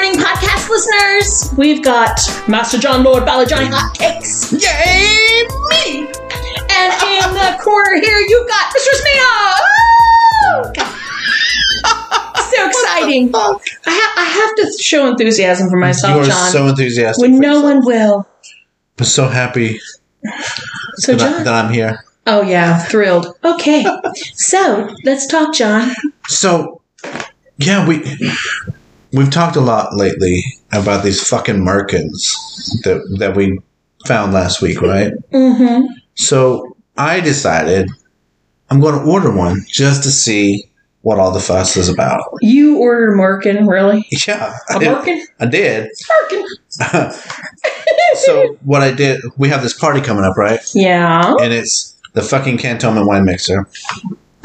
back, listeners. We've got Master John Lord Balajani Hotcakes. Yay, me! And in the corner here, you've got Mistress Mia. Woo! God. so exciting. I, ha- I have to show enthusiasm for you myself, are John. so enthusiastic. when for no yourself. one will. I'm so happy So, that, I, John. that I'm here. Oh, yeah, thrilled. Okay. so, let's talk, John. So, yeah, we we've talked a lot lately about these fucking merkins that that we found last week, right? Mm hmm. So I decided I'm going to order one just to see what all the fuss is about. You ordered a merkin, really? Yeah, A I did. merkin? I did. Merkin. so what I did, we have this party coming up, right? Yeah. And it's the fucking Cantonment wine mixer.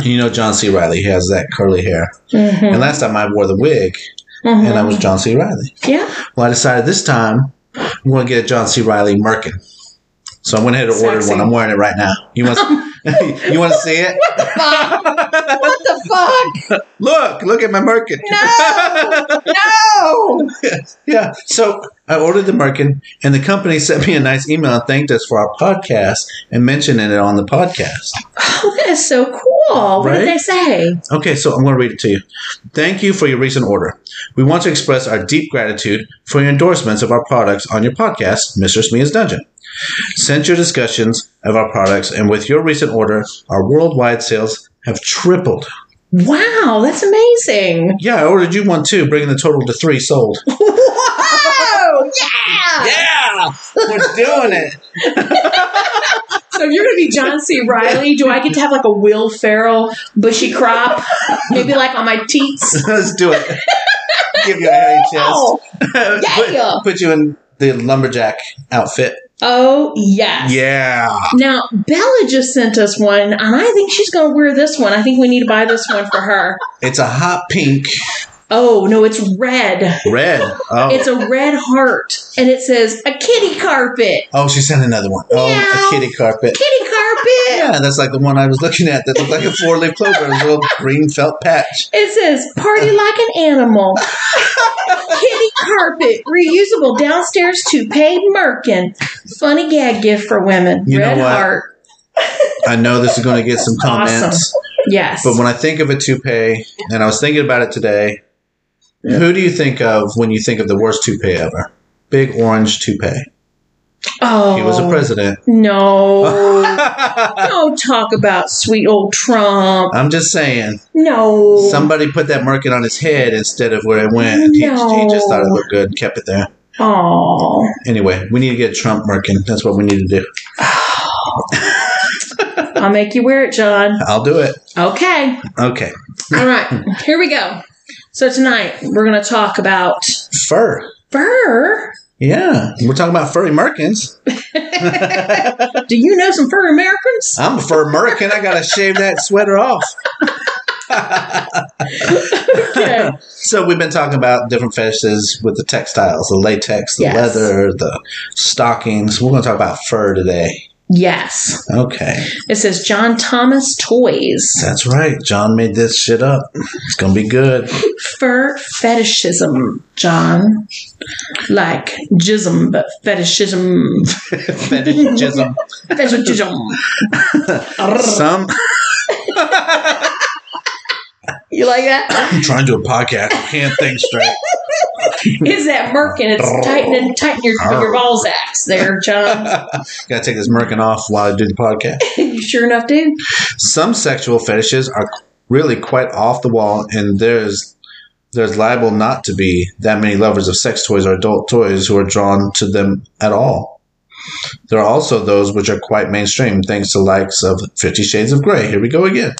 You know John C. Riley. He has that curly hair. Mm-hmm. And last time I wore the wig, and I was Uh-huh. John C. Riley. Mm-hmm. yeah. Well, I decided this time I'm going to get a John C. Riley Merkin. So I went ahead and ordered Sexy. one. I'm wearing it right now. You want you want to see it? What the fuck? Look, look at my Merkin. No. yeah. So I ordered the Merkin, and the company sent me a nice email and thanked us for our podcast and mentioning it on the podcast. Oh, that is so cool. What did Right? they say? Okay, so I'm going to read it to you. Thank you for your recent order. We want to express our deep gratitude for your endorsements of our products on your podcast, Mistress Mia's Dungeon. Since your discussions of our products and with your recent order, our worldwide sales have tripled. Wow, that's amazing. Yeah, I ordered you one too, bringing the total to three sold. Whoa! Yeah. Yeah! We're doing it! So if you're gonna be John C. Riley, do I get to have like a Will Ferrell bushy crop, maybe like on my teats? Let's do it. Give you a hairy chest. Oh, Yeah. put, put you in the lumberjack outfit. oh yes. Yeah. Now Bella just sent us one, and I think she's gonna wear this one. I think we need to buy this one for her. It's a hot pink Oh no, it's red. red. Oh. It's a red heart, and it says a kitty carpet. Oh, she sent another one. Oh, Meow. a kitty carpet. Kitty carpet. Yeah, that's like the one I was looking at that looked like a four leaf clover, a little green felt patch. It says party like an animal. Kitty carpet, reusable downstairs toupee merkin. Funny gag gift for women. You know Red what? heart. I know this is going to get some comments, Yes. but when I think of a toupee, and I was thinking about it today, who do you think of when you think of the worst toupee ever? Big orange toupee. oh, He was a president. No. Don't talk about sweet old Trump. I'm just saying, No. somebody put that merkin on his head instead of where it went. He, he just thought it looked good and kept it there. Oh. Anyway, we need to get a Trump merkin. That's what we need to do. I'll make you wear it, John. I'll do it. Okay. Okay. All right. Here we go. So tonight we're going to talk about Fur. fur. Yeah, we're talking about furry merkins. Do you know some fur Americans? I'm a fur merkin. I gotta shave that sweater off. Okay. So we've been talking about different fetishes with the textiles, the latex, the Yes. leather, the stockings. We're gonna talk about fur today. yes. Okay, It says John Thomas Toys. that's right. John made this shit up. It's gonna be good. Fur fetishism, John. Like jism, but fetishism. Fetishism. Fetishism. Some. you like that? I'm trying to do a podcast. I can't think straight. Is that merkin? It's tightening, tightening your, your balls axe there, John. Gotta take this merkin off while I do the podcast. you sure enough do. some sexual fetishes are really quite off the wall and there's there's liable not to be that many lovers of sex toys or adult toys who are drawn to them at all. There are also those which are quite mainstream thanks to likes of 50 shades of gray. Here we go again.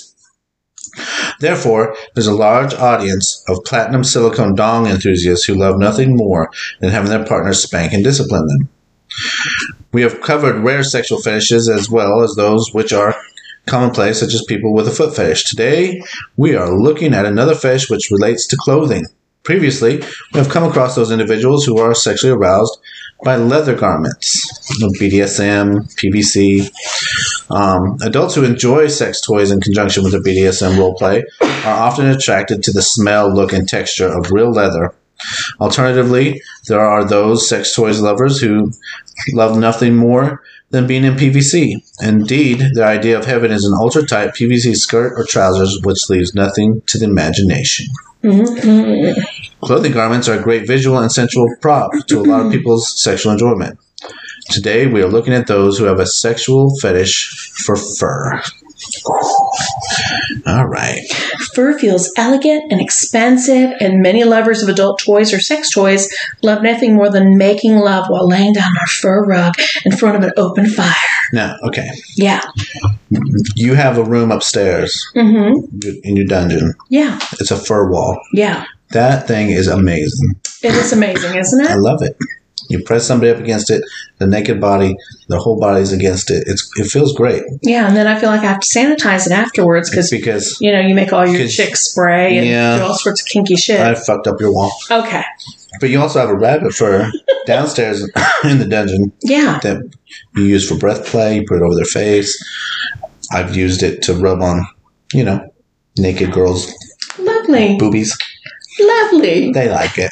Therefore, there's a large audience of platinum silicone dong enthusiasts who love nothing more than having their partners spank and discipline them. We have covered rare sexual fetishes as well as those which are commonplace, such as people with a foot fetish. Today, we are looking at another fetish which relates to clothing. Previously, we have come across those individuals who are sexually aroused by leather garments, you know, BDSM, PVC. Um, adults who enjoy sex toys in conjunction with their BDSM role play are often attracted to the smell, look, and texture of real leather Alternatively, there are those sex toys lovers who love nothing more than being in PVC. Indeed, their idea of heaven is an ultra tight PVC skirt or trousers, which leaves nothing to the imagination. Mhm. Clothing garments are a great visual and sensual prop to a lot of people's sexual enjoyment. Today, we are looking at those who have a sexual fetish for fur. All right. Fur feels elegant and expansive, and many lovers of adult toys or sex toys love nothing more than making love while laying down on a fur rug in front of an open fire. Now, okay. Yeah. You have a room upstairs Mm-hmm. in your dungeon. Yeah. It's a fur wall. Yeah. That thing is amazing. It is amazing, isn't I it? love it. You press somebody up against it, the naked body, the whole body's against it. It's it feels great. Yeah. And then I feel like I have to sanitize it afterwards because, It's because you know, you make all your 'Cause- chicks spray and Yeah. do all sorts of kinky shit. I fucked up your wall. okay. But you also have a rabbit fur downstairs in the dungeon Yeah. that you use for breath play. You put it over their face. I've used it to rub on, you know, naked girls' Lovely. boobies. Lovely. They like it.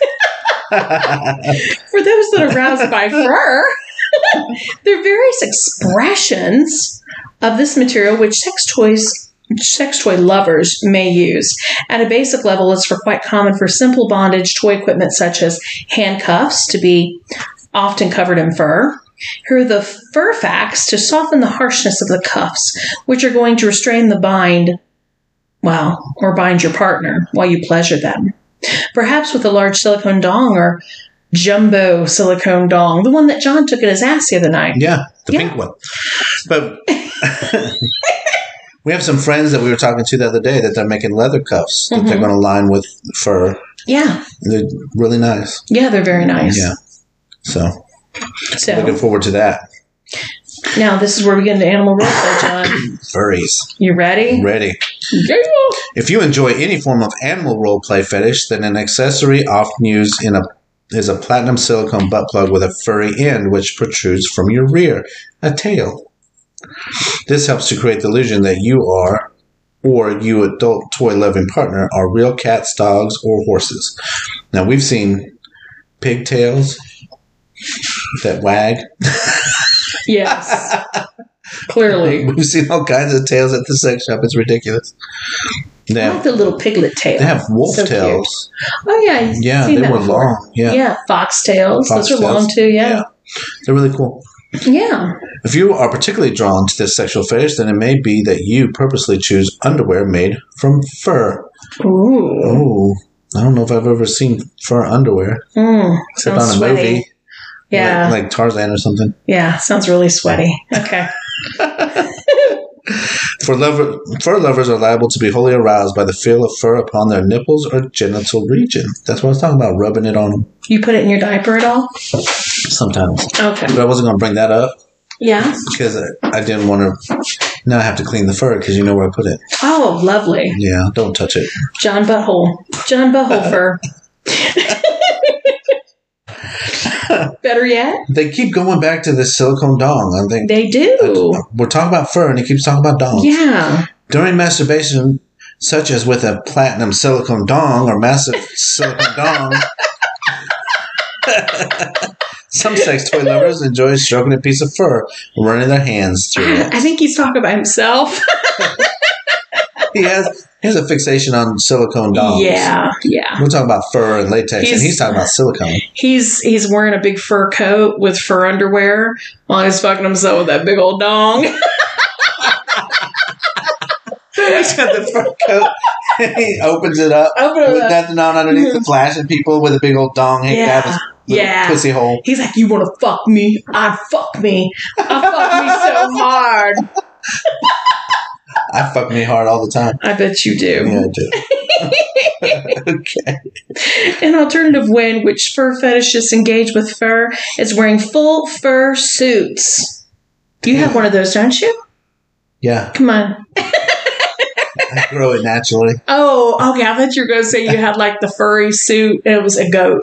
For those that are roused by fur, there are various expressions of this material which sex toys sex toy lovers may use. At a basic level, it's for quite common for simple bondage toy equipment such as handcuffs to be often covered in fur. Here are the fur facts to soften the harshness of the cuffs, which are going to restrain the bind, well, or bind your partner while you pleasure them. Perhaps with a large silicone dong or jumbo silicone dong, the one that John took in his ass the other night. Yeah, the Yeah. pink one. But we have some friends that we were talking to the other day that they're making leather cuffs that they're Mhm. going to line with fur. Yeah, They're really nice. yeah, they're very nice. Yeah. So So looking forward to that. now this is where we get into animal roleplay, John. Furries. You ready? Ready. Yeah. If you enjoy any form of animal role play fetish, then an accessory often used in a is a platinum silicone butt plug with a furry end which protrudes from your rear, a tail. This helps to create the illusion that you are or you adult toy loving partner are real cats, dogs, or horses. Now we've seen pigtails that wag. Yes. Clearly. We've seen all kinds of tails at the sex shop. It's ridiculous. They I like have, the little piglet tail. they have wolf So cute. tails. Oh yeah, I've Yeah, seen they that were before. long. Yeah. Yeah, foxtails. Those are Foxtails. long too. Yeah, they're really cool. yeah. If you are particularly drawn to this sexual fetish, then it may be that you purposely choose underwear made from fur. Ooh, Oh, I don't know if I've ever seen fur underwear mm, except on sounds a sweaty. movie, Yeah, like, like Tarzan or something. yeah, sounds really sweaty. Okay. For lover, fur lovers are liable to be wholly aroused by the feel of fur upon their nipples or genital region. That's what I was talking about, rubbing it on them You put it in your diaper at all? sometimes. Okay. But I wasn't going to bring that up Yeah. because I, I didn't want to. Now I have to clean the fur because you know where I put it. Oh, lovely. Yeah, don't touch it. John Butthole. John Butthole fur. Better yet, They keep going back to this silicone dong. I think they do. We're talking about fur, and he keeps talking about dongs. Yeah. During masturbation, such as with a platinum silicone dong or massive silicone dong, some sex toy lovers enjoy stroking a piece of fur, running their hands through it. I think he's talking about himself. He has he has a fixation on silicone dongs. Yeah, yeah. We're talking about fur and latex, and He's- he's talking about silicone. He's he's wearing a big fur coat with fur underwear while he's fucking himself with that big old dong. he's got the fur coat. he opens it up Open it with up. nothing on underneath, and flashing people with a big old dong hanging out Yeah. his little Yeah. pussy hole. He's like, you want to fuck me? I fuck me. I fuck me so hard. I fuck me hard all the time. I bet you do. Yeah, I do. okay. An alternative way in which fur fetishists engage with fur is wearing full fur suits. You have one of those, don't you? Yeah, Come on. I grow it naturally. Oh, okay. I thought you were going to say you had like the furry suit and it was a goat.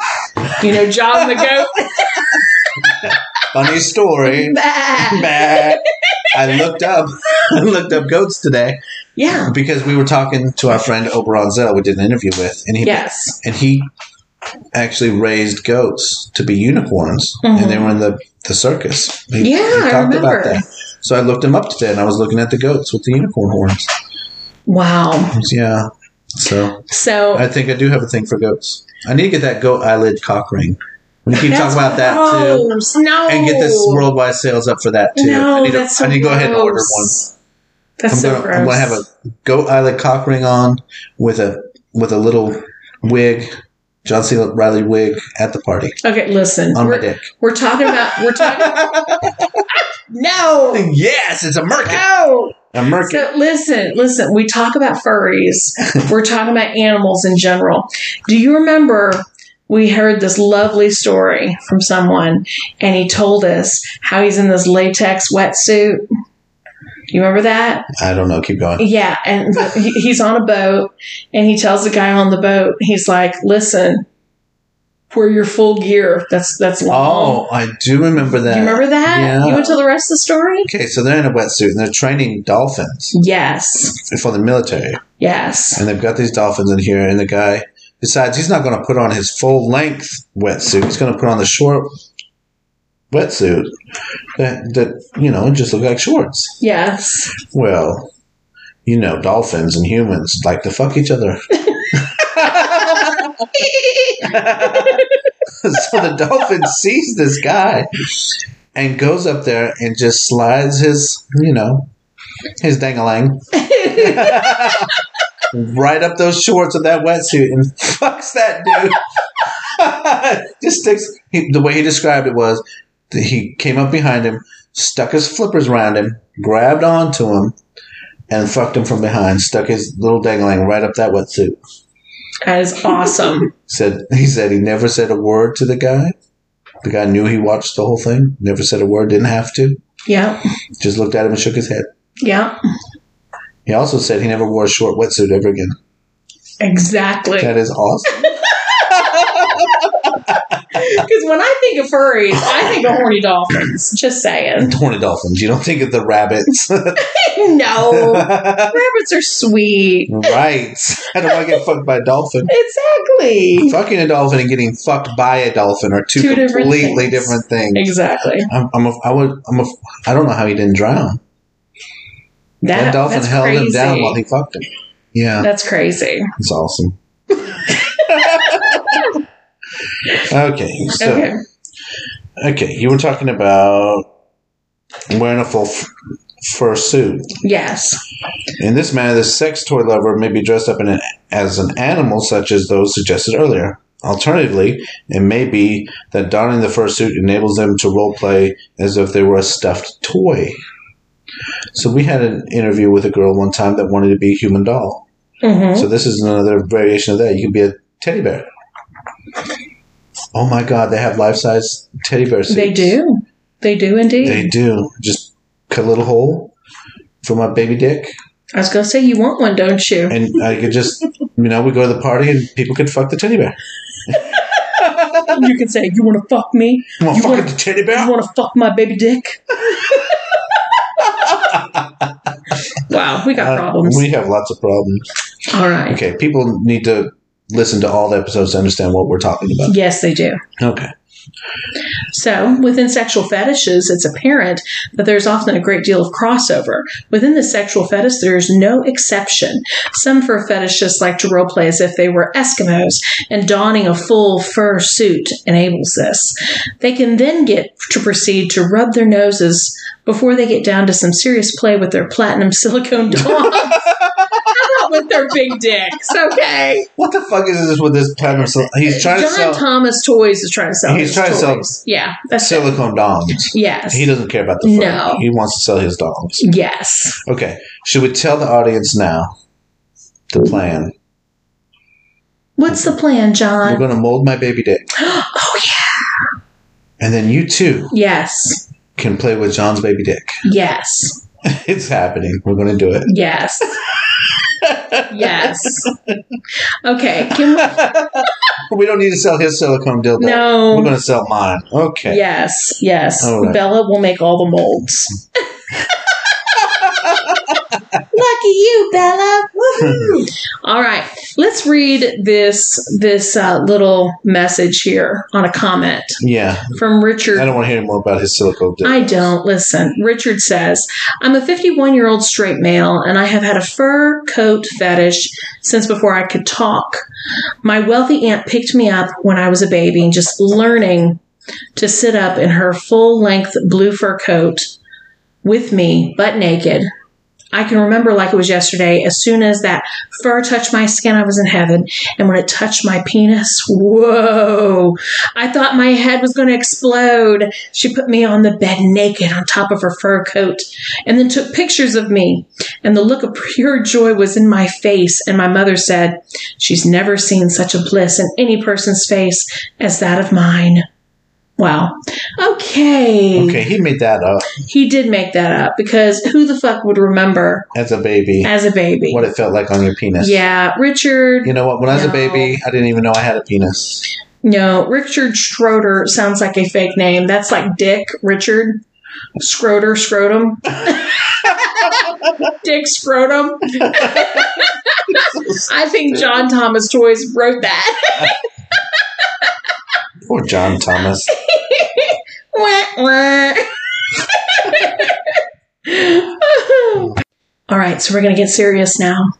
You know, John the goat. Funny story. Bah. Bah. I looked up, I looked up goats today yeah. because we were talking to our friend Oberon Zell, we did an interview with, and he Yes. and he actually raised goats to be unicorns, and they were in the, the circus. He- Mm-hmm. Yeah, I remember. So I looked him up today, and I was looking at the goats with the unicorn horns. Wow. Yeah. So So I think I do have a thing for goats. I need to get that goat eyelid cock ring. We keep talking about that too, gross. No. and get this worldwide sales up for that too. No, I need, to- that's so I need to go ahead and order gross. one. That's I'm so gonna, gross. I'm gonna have a goat eyelid cock ring on with a with a little wig, John C. Riley wig at the party okay, listen. on my We're, dick. we're talking about. We're talking. no. yes, it's a merkin. No. A merkin. So listen, listen. We talk about furries. We're talking about animals in general. Do you remember we heard this lovely story from someone, and he told us how he's in this latex wetsuit. You remember that? I don't know. Keep going. Yeah, and the- he- he's on a boat, and he tells the guy on the boat, he's like, "Listen, wear your full gear. That's that's long. Oh, I do remember that. you remember that? Yeah. You want to tell the rest of the story? Okay, so they're in a wetsuit and they're training dolphins Yes, for the military, yes. and they've got these dolphins in here, and the guy decides he's not going to put on his full length wetsuit. He's going to put on the short wetsuit that that you know just look like shorts. Yes. Well, you know, dolphins and humans like to fuck each other. so the dolphin sees this guy and goes up there and just slides his, you know, his dangalang right up those shorts of that wetsuit and fucks that dude. just sticks. He, the way he described it was that he came up behind him, stuck his flippers around him, grabbed onto him, and fucked him from behind. Stuck his little dangling right up that wetsuit. that is awesome. Said he said he never said a word to the guy. The guy knew he watched the whole thing. Never said a word. Didn't have to. yeah, Just looked at him and shook his head. yeah, He also said he never wore a short wetsuit ever again. exactly. That is awesome. Because when I think of furries, I think of horny dolphins. Just saying. And horny dolphins. You don't think of the rabbits, No, rabbits are sweet. right? I don't want to get fucked by a dolphin. Exactly. Fucking a dolphin and getting fucked by a dolphin are two, Two different completely things. different things. Exactly. I'm, I'm a, I would, I'm a, I don't know how he didn't drown. That, That, dolphin that's held crazy. him down while he fucked him. Yeah, That's crazy. it's awesome. okay, so okay. okay. you were talking about wearing a full f- fur suit. Yes. In this manner, the sex toy lover may be dressed up in an, as an animal, such as those suggested earlier. Alternatively, it may be that donning the fursuit enables them to role play as if they were a stuffed toy. So we had an interview with a girl one time that wanted to be a human doll. Mm-hmm. So this is another variation of that. You can be a teddy bear. Oh my god, they have life size teddy bear suits. They do. They do indeed. They do. Just cut a little hole for my baby dick. I was gonna say you want one, don't you? and I could just, you know, we go to the party and people could fuck the teddy bear. you can say you want to fuck me. You want You to fuck wanna- the teddy You bear? want to fuck my baby dick. wow, we got Uh, problems. we have lots of problems. All right. Okay, people need to listen to all the episodes to understand what we're talking about. Yes, they do. Okay. So, within sexual fetishes, it's apparent that there's often a great deal of crossover. Within the sexual fetish, there is no exception. Some fur fetishists like to roleplay as if they were Eskimos, and donning a full fur suit enables this. They can then get to proceed to rub their noses before they get down to some serious play with their platinum silicone dogs. How about with their big dicks? Okay. What the fuck is this with this platinum? sil- he's trying John to sell Thomas Toys is trying to sell. He's his trying to sell- toys. Yeah, that's it. silicone doms. Yes. He doesn't care about the fur. No. He wants to sell his dogs. Yes. Okay. Should we tell the audience now the plan? What's the plan, We're John? going to mold my baby dick. oh yeah. And then you too Yes. can play with John's baby dick. Yes. It's happening. We're going to do it. Yes. yes. Okay. Can We don't need to sell his silicone dildo. we? We're No. going to sell mine. Okay. Yes. Yes. All right. Bella will make all the molds. Lucky you, Bella. Woohoo! All right, let's read this this uh, little message here on a comment Yeah. from Richard I don't want to hear more about his silicone dick. I don't. Listen, Richard says, I'm a 51 year old straight male, and I have had a fur coat fetish since before I could talk. My wealthy aunt picked me up when I was a baby and just learning to sit up in her full length blue fur coat with me, butt naked. I can remember like it was yesterday. As soon as that fur touched my skin, I was in heaven. And when it touched my penis, whoa, I thought my head was going to explode. She put me on the bed naked on top of her fur coat and then took pictures of me. And the look of pure joy was in my face. And my mother said, She's never seen such a bliss in any person's face as that of mine. Wow. Okay. okay, he made that up He did make that up because who the fuck would remember as a baby. as a baby? What it felt like on your penis. Yeah, Richard. You know what? When I was No. a baby, I didn't even know I had a penis. No, Richard Schroeder sounds like a fake name. That's like Dick Richard. Schroeder, scrotum. Dick Scrotum. I think John Thomas Toys wrote that. Poor John Thomas. Wah, wah. All right, so we're going to get serious now.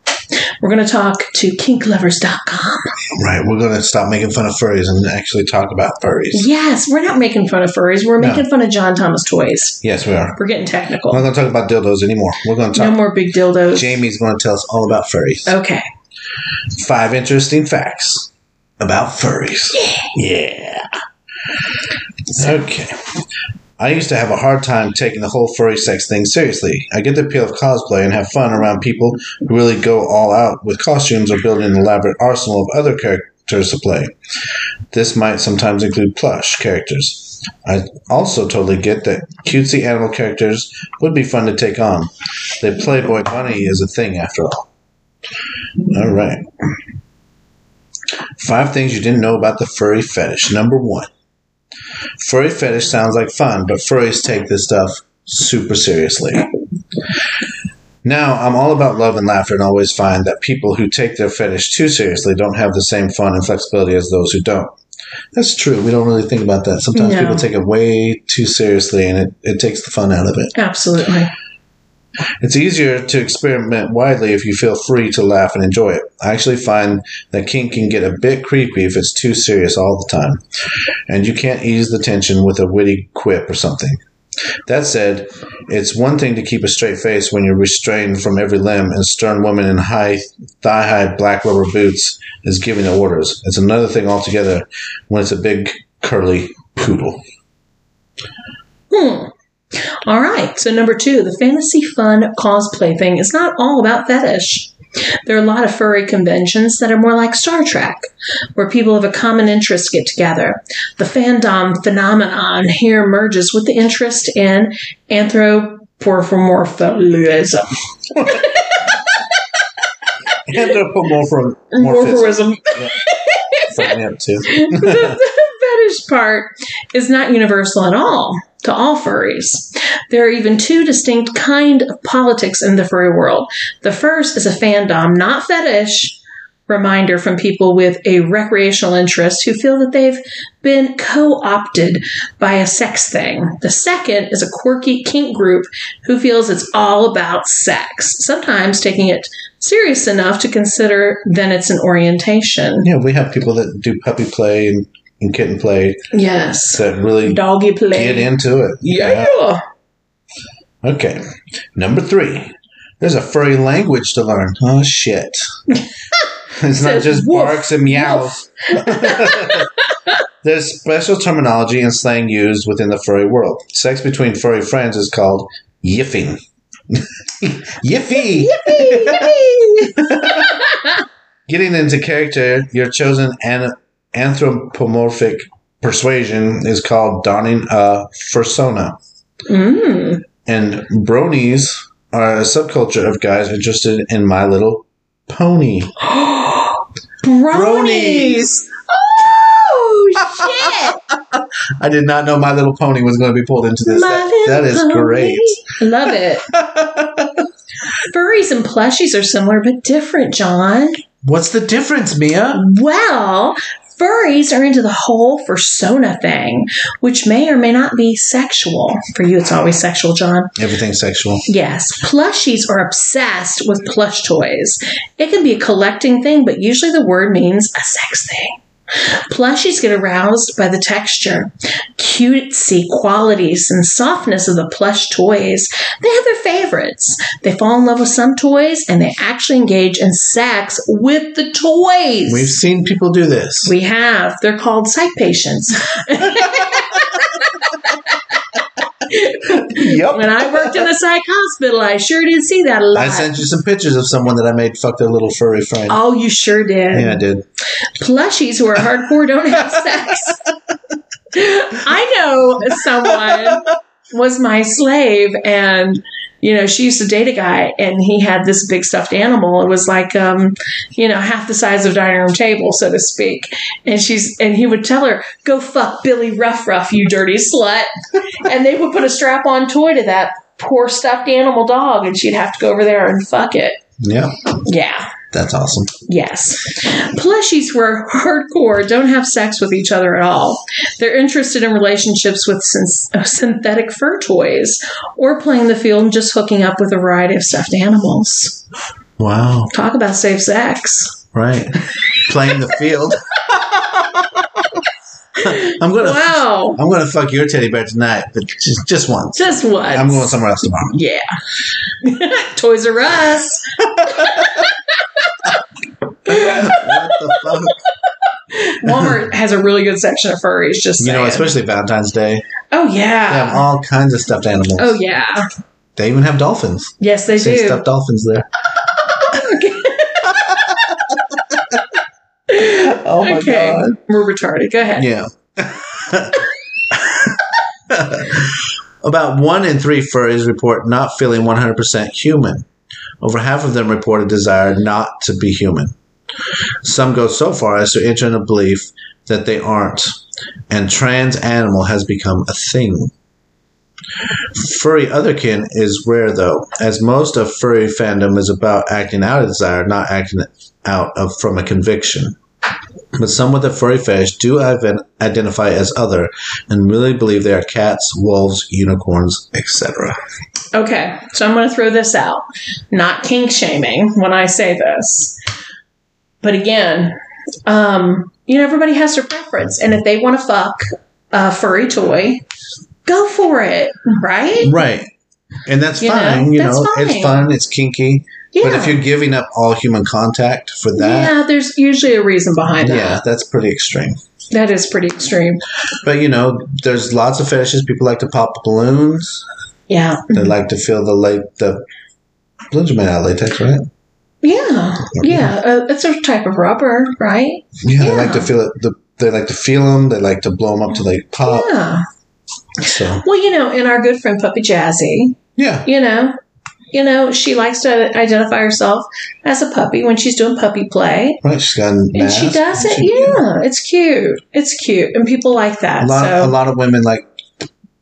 We're going to talk to kinklovers.com. right, we're going to stop making fun of furries and actually talk about furries. Yes, we're not making fun of furries. We're No. making fun of John Thomas Toys. Yes, we are. We're getting technical. We're not going to talk about dildos anymore. We're going to No talk. more big dildos. Jamie's going to tell us all about furries. Okay. Five interesting facts about furries. Yeah. Okay. I used to have a hard time taking the whole furry sex thing seriously. I get the appeal of cosplay and have fun around people who really go all out with costumes or build an elaborate arsenal of other characters to play. This might sometimes include plush characters. I also totally get that cutesy animal characters would be fun to take on. The Playboy Bunny is a thing after all. All right. Five things you didn't know about the furry fetish. Number one, furry fetish sounds like fun, but furries take this stuff super seriously. Now, I'm all about love and laughter and always find that people who take their fetish too seriously don't have the same fun and flexibility as those who don't. That's true. We don't really think about that. Sometimes No. people take it way too seriously and it, it takes the fun out of it. Absolutely. It's easier to experiment widely if you feel free to laugh and enjoy it. I actually find that kink can get a bit creepy if it's too serious all the time, and you can't ease the tension with a witty quip or something. That said, it's one thing to keep a straight face when you're restrained from every limb and stern woman in high thigh high black rubber boots is giving the orders. It's another thing altogether when it's a big curly poodle. Hmm. All right. So number two, the fantasy fun cosplay thing is not all about fetish. There are a lot of furry conventions that are more like Star Trek, where people of a common interest get together. The fandom phenomenon here merges with the interest in anthropomorphism. And they're put more from more Morphism. up too. the, the fetish part is not universal at all to all furries. There are even two distinct kind of politics in the furry world. The first is a fandom, not fetish, reminder from people with a recreational interest who feel that they've been co-opted by a sex thing. The second is a quirky kink group who feels it's all about sex, sometimes taking it serious enough to consider then it's an orientation. Yeah, we have people that do puppy play and, and kitten play Yes. that really Doggy play. get into it. Yeah. Okay. Number three. There's a furry language to learn. Oh shit. it's not Says just woof, barks and meows. There's special terminology and slang used within the furry world. Sex between furry friends is called yiffing. Yiffy! Getting into character, your chosen an- anthropomorphic persuasion is called donning a fursona. mm. And bronies are a subculture of guys interested in My Little Pony. Bronies. Oh shit! I did not know My Little Pony was going to be pulled into this. That- that is Little great. Pony. Love it. Furries and plushies are similar but different, John. What's the difference, Mia? Well, furries are into the whole persona thing, which may or may not be sexual. For you, it's always sexual, John. Everything's sexual. Yes, plushies are obsessed with plush toys. It can be a collecting thing, but usually the word means a sex thing. Plushies get aroused by the texture, cutesy qualities, and softness of the plush toys. They have their favorites. They fall in love with some toys and they actually engage in sex with the toys. We've seen people do this. We have. They're called psych patients. yep. When I worked in the psych hospital, I sure did see that a lot. I sent you some pictures of someone that I made fuck their little furry friend. oh, you sure did. Yeah, I did. Plushies who are hardcore don't have sex. I know someone was my slave and you know she used to date a guy and he had this big stuffed animal it was like um you know half the size of dining room table so to speak and she's and he would tell her go fuck billy ruff ruff you dirty slut and they would put a strap on toy to that poor stuffed animal dog and she'd have to go over there and fuck it Yeah, yeah that's awesome. Yes. Plushies who are hardcore don't have sex with each other at all. They're interested in relationships with syn- uh, synthetic fur toys or playing the field and just hooking up with a variety of stuffed animals. Wow. Talk about safe sex. Right. Playing the field. I'm gonna Wow. I'm gonna fuck your teddy bear tonight, but just just once. Just what? I'm going somewhere else tomorrow. Yeah. Toys R Us. what the fuck? Walmart has a really good section of furries, just You saying. know, especially Valentine's Day. oh, They have yeah. all kinds of stuffed animals. Oh, yeah. They even have dolphins. Yes, they They do. stuffed dolphins there. oh my okay. god. We're retarded. Go ahead. Yeah. About one in three furries report not feeling 100% human. Over half of them report a desire not to be human. Some go so far as to enter in a belief that they aren't, and trans animal has become a thing. Furry otherkin is rare, though, as most of furry fandom is about acting out of desire, not acting out of from a conviction but some with a furry fetish do even identify as other and really believe they are cats, wolves, unicorns, etc. Okay, so I'm going to throw this out. Not kink shaming when I say this. But again, um, you know, everybody has their preference. And if they want to fuck a furry toy, go for it, right? Right. And that's You know, fine, you that's know, fine. it's fun, it's kinky. Yeah. But if you're giving up all human contact for that, yeah, there's usually a reason behind yeah, that. that's pretty extreme. That is pretty extreme. But you know, there's lots of fetishes. People like to pop balloons. Yeah. They like to feel the late the balloons are made out of latex, right? Yeah. Yeah. Uh, it's a type of rubber, right? Yeah, they like Yeah. to feel it. The, they like to feel them. They like to blow them up to like pop. Yeah. So Well, you know, and our good friend Puppy Jazzy, yeah, you know you know she likes to identify herself as a puppy when she's doing puppy play right. She's got a and she mask. does it yeah it's cute it's cute and people like a that lot, a so lot of women like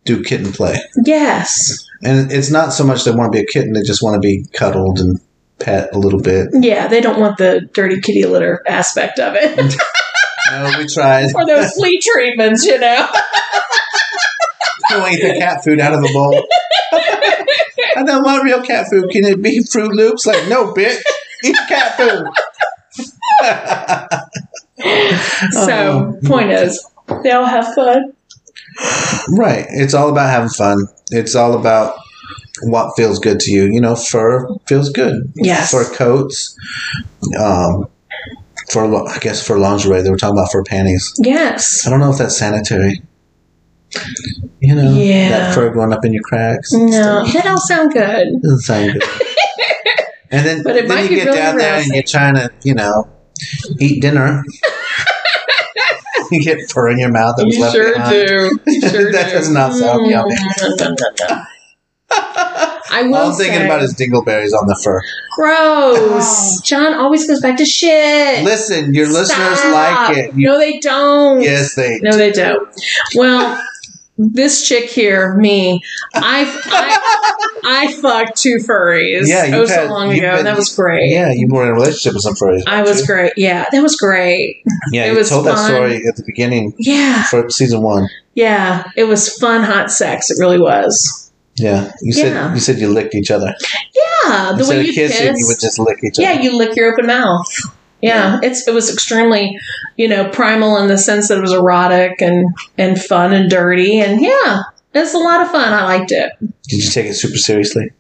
do kitten play, yes and it's not so much they want to be a kitten; they just want to be cuddled and pet a little bit. yeah they don't want the dirty kitty litter aspect of it No, Oh, we tried or those flea treatments you know throwing the cat food out of a bowl. I don't want real cat food. Can it be Fruit Loops? Like, no, bitch, eat cat food. so Oh. point is they all have fun Right. It's all about having fun. It's all about what feels good to you. You know, fur feels good. Yes. Fur coats. Um, for lo- I guess for lingerie, they were talking about fur panties. yes I don't know if that's sanitary. You know, Yeah. that fur going up in your cracks. and stuff. no that all sound good doesn't sound good. and then, But it then might you be get really down there and arousing. you're trying to, you know, eat dinner. you get fur in your mouth that was you left sure behind. do You sure That do. Mm. does not sound yummy. I will All I'm thinking say- about is Oh. dingleberries on the fur. Gross. John always goes back to shit. Listen, your listeners Stop. like it. You- no, they don't. yes, they. No, they don't. Well, this chick here, me, I, I, I fucked two furries Yeah, oh you've so had- long you've ago, been- and that was great. Yeah, you were in a relationship with some furries. I was you? great. Yeah, that was great. Yeah, it you was told that fun. story at the beginning Yeah, for season one. yeah, it was fun, hot sex. It really was. Yeah, you said Yeah. you said you licked each other Yeah, Ah, the instead way of you kissing, kiss. you would just lick each yeah, other. you lick your open mouth. Yeah, it's it was extremely, you know, primal in the sense that it was erotic and and fun and dirty and yeah, it was a lot of fun. I liked it. Did you take it super seriously?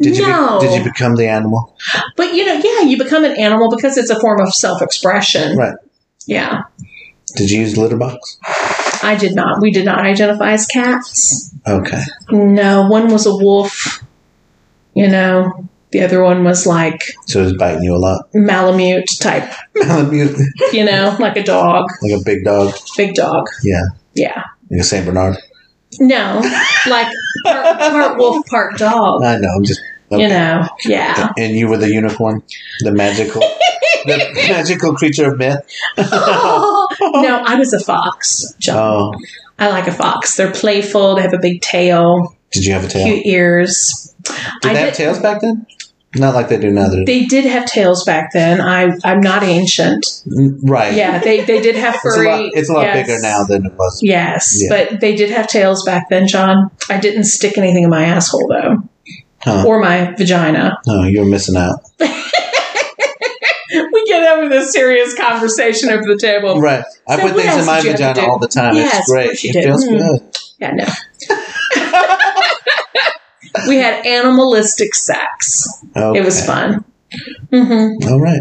Did you be- No. did you become the animal? But you know, yeah, you become an animal because it's a form of self-expression. Right. Yeah, Did you use the litter box? I did not. We did not identify as cats. Okay. No, one was a wolf. You know, the other one was like So it was biting you a lot. Malamute type. like You know, like a dog, a big dog. big dog. Yeah. Yeah. Like a St. Bernard. No, like part, part wolf, part dog. I know. I'm just. You know, yeah. And you were the unicorn, the magical, the magical creature of myth. no, I was a fox. John. Oh, I like a fox. They're playful. They have a big tail, did you have a tail? cute ears. Did I they have did- tails back then? Not like they do now. They, They did have tails back then. I I'm not ancient. Mm, right. Yeah, they they did have It's a furry. lot, it's a lot yes. bigger now than it was. Yes, Yeah. but they did have tails back then, John. I didn't stick anything in my asshole though, Huh. or my vagina. No, Oh, you're missing out. We get having this serious conversation over the table. Right. Oh. I So put what things in else my did you ever vagina do? all the time. Yes, of it's great. course you It did. feels Mm. good. Yeah, no. we had animalistic sex. Okay. It was fun. hmm Oh, All right.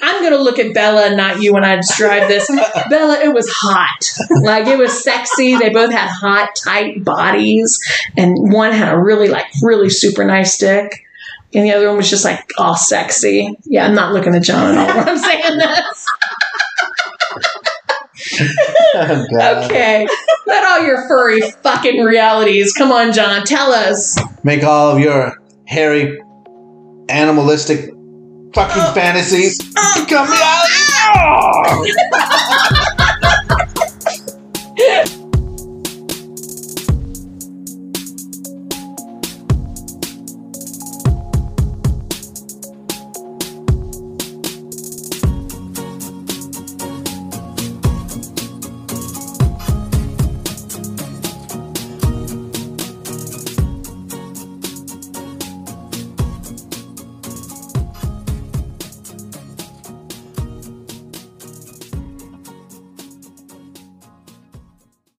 I'm gonna look at Bella, not you, when I describe this. Bella, it was hot. Like it was sexy. They both had hot, tight bodies, and one had a really, like, really super nice dick, and the other one was just like all sexy. Yeah, I'm not looking at John at all when I'm saying this. Oh, God. Okay, let all your furry fucking realities come on, John. Tell us. Make all of your hairy, Oh, animalistic fucking fantasies become reality.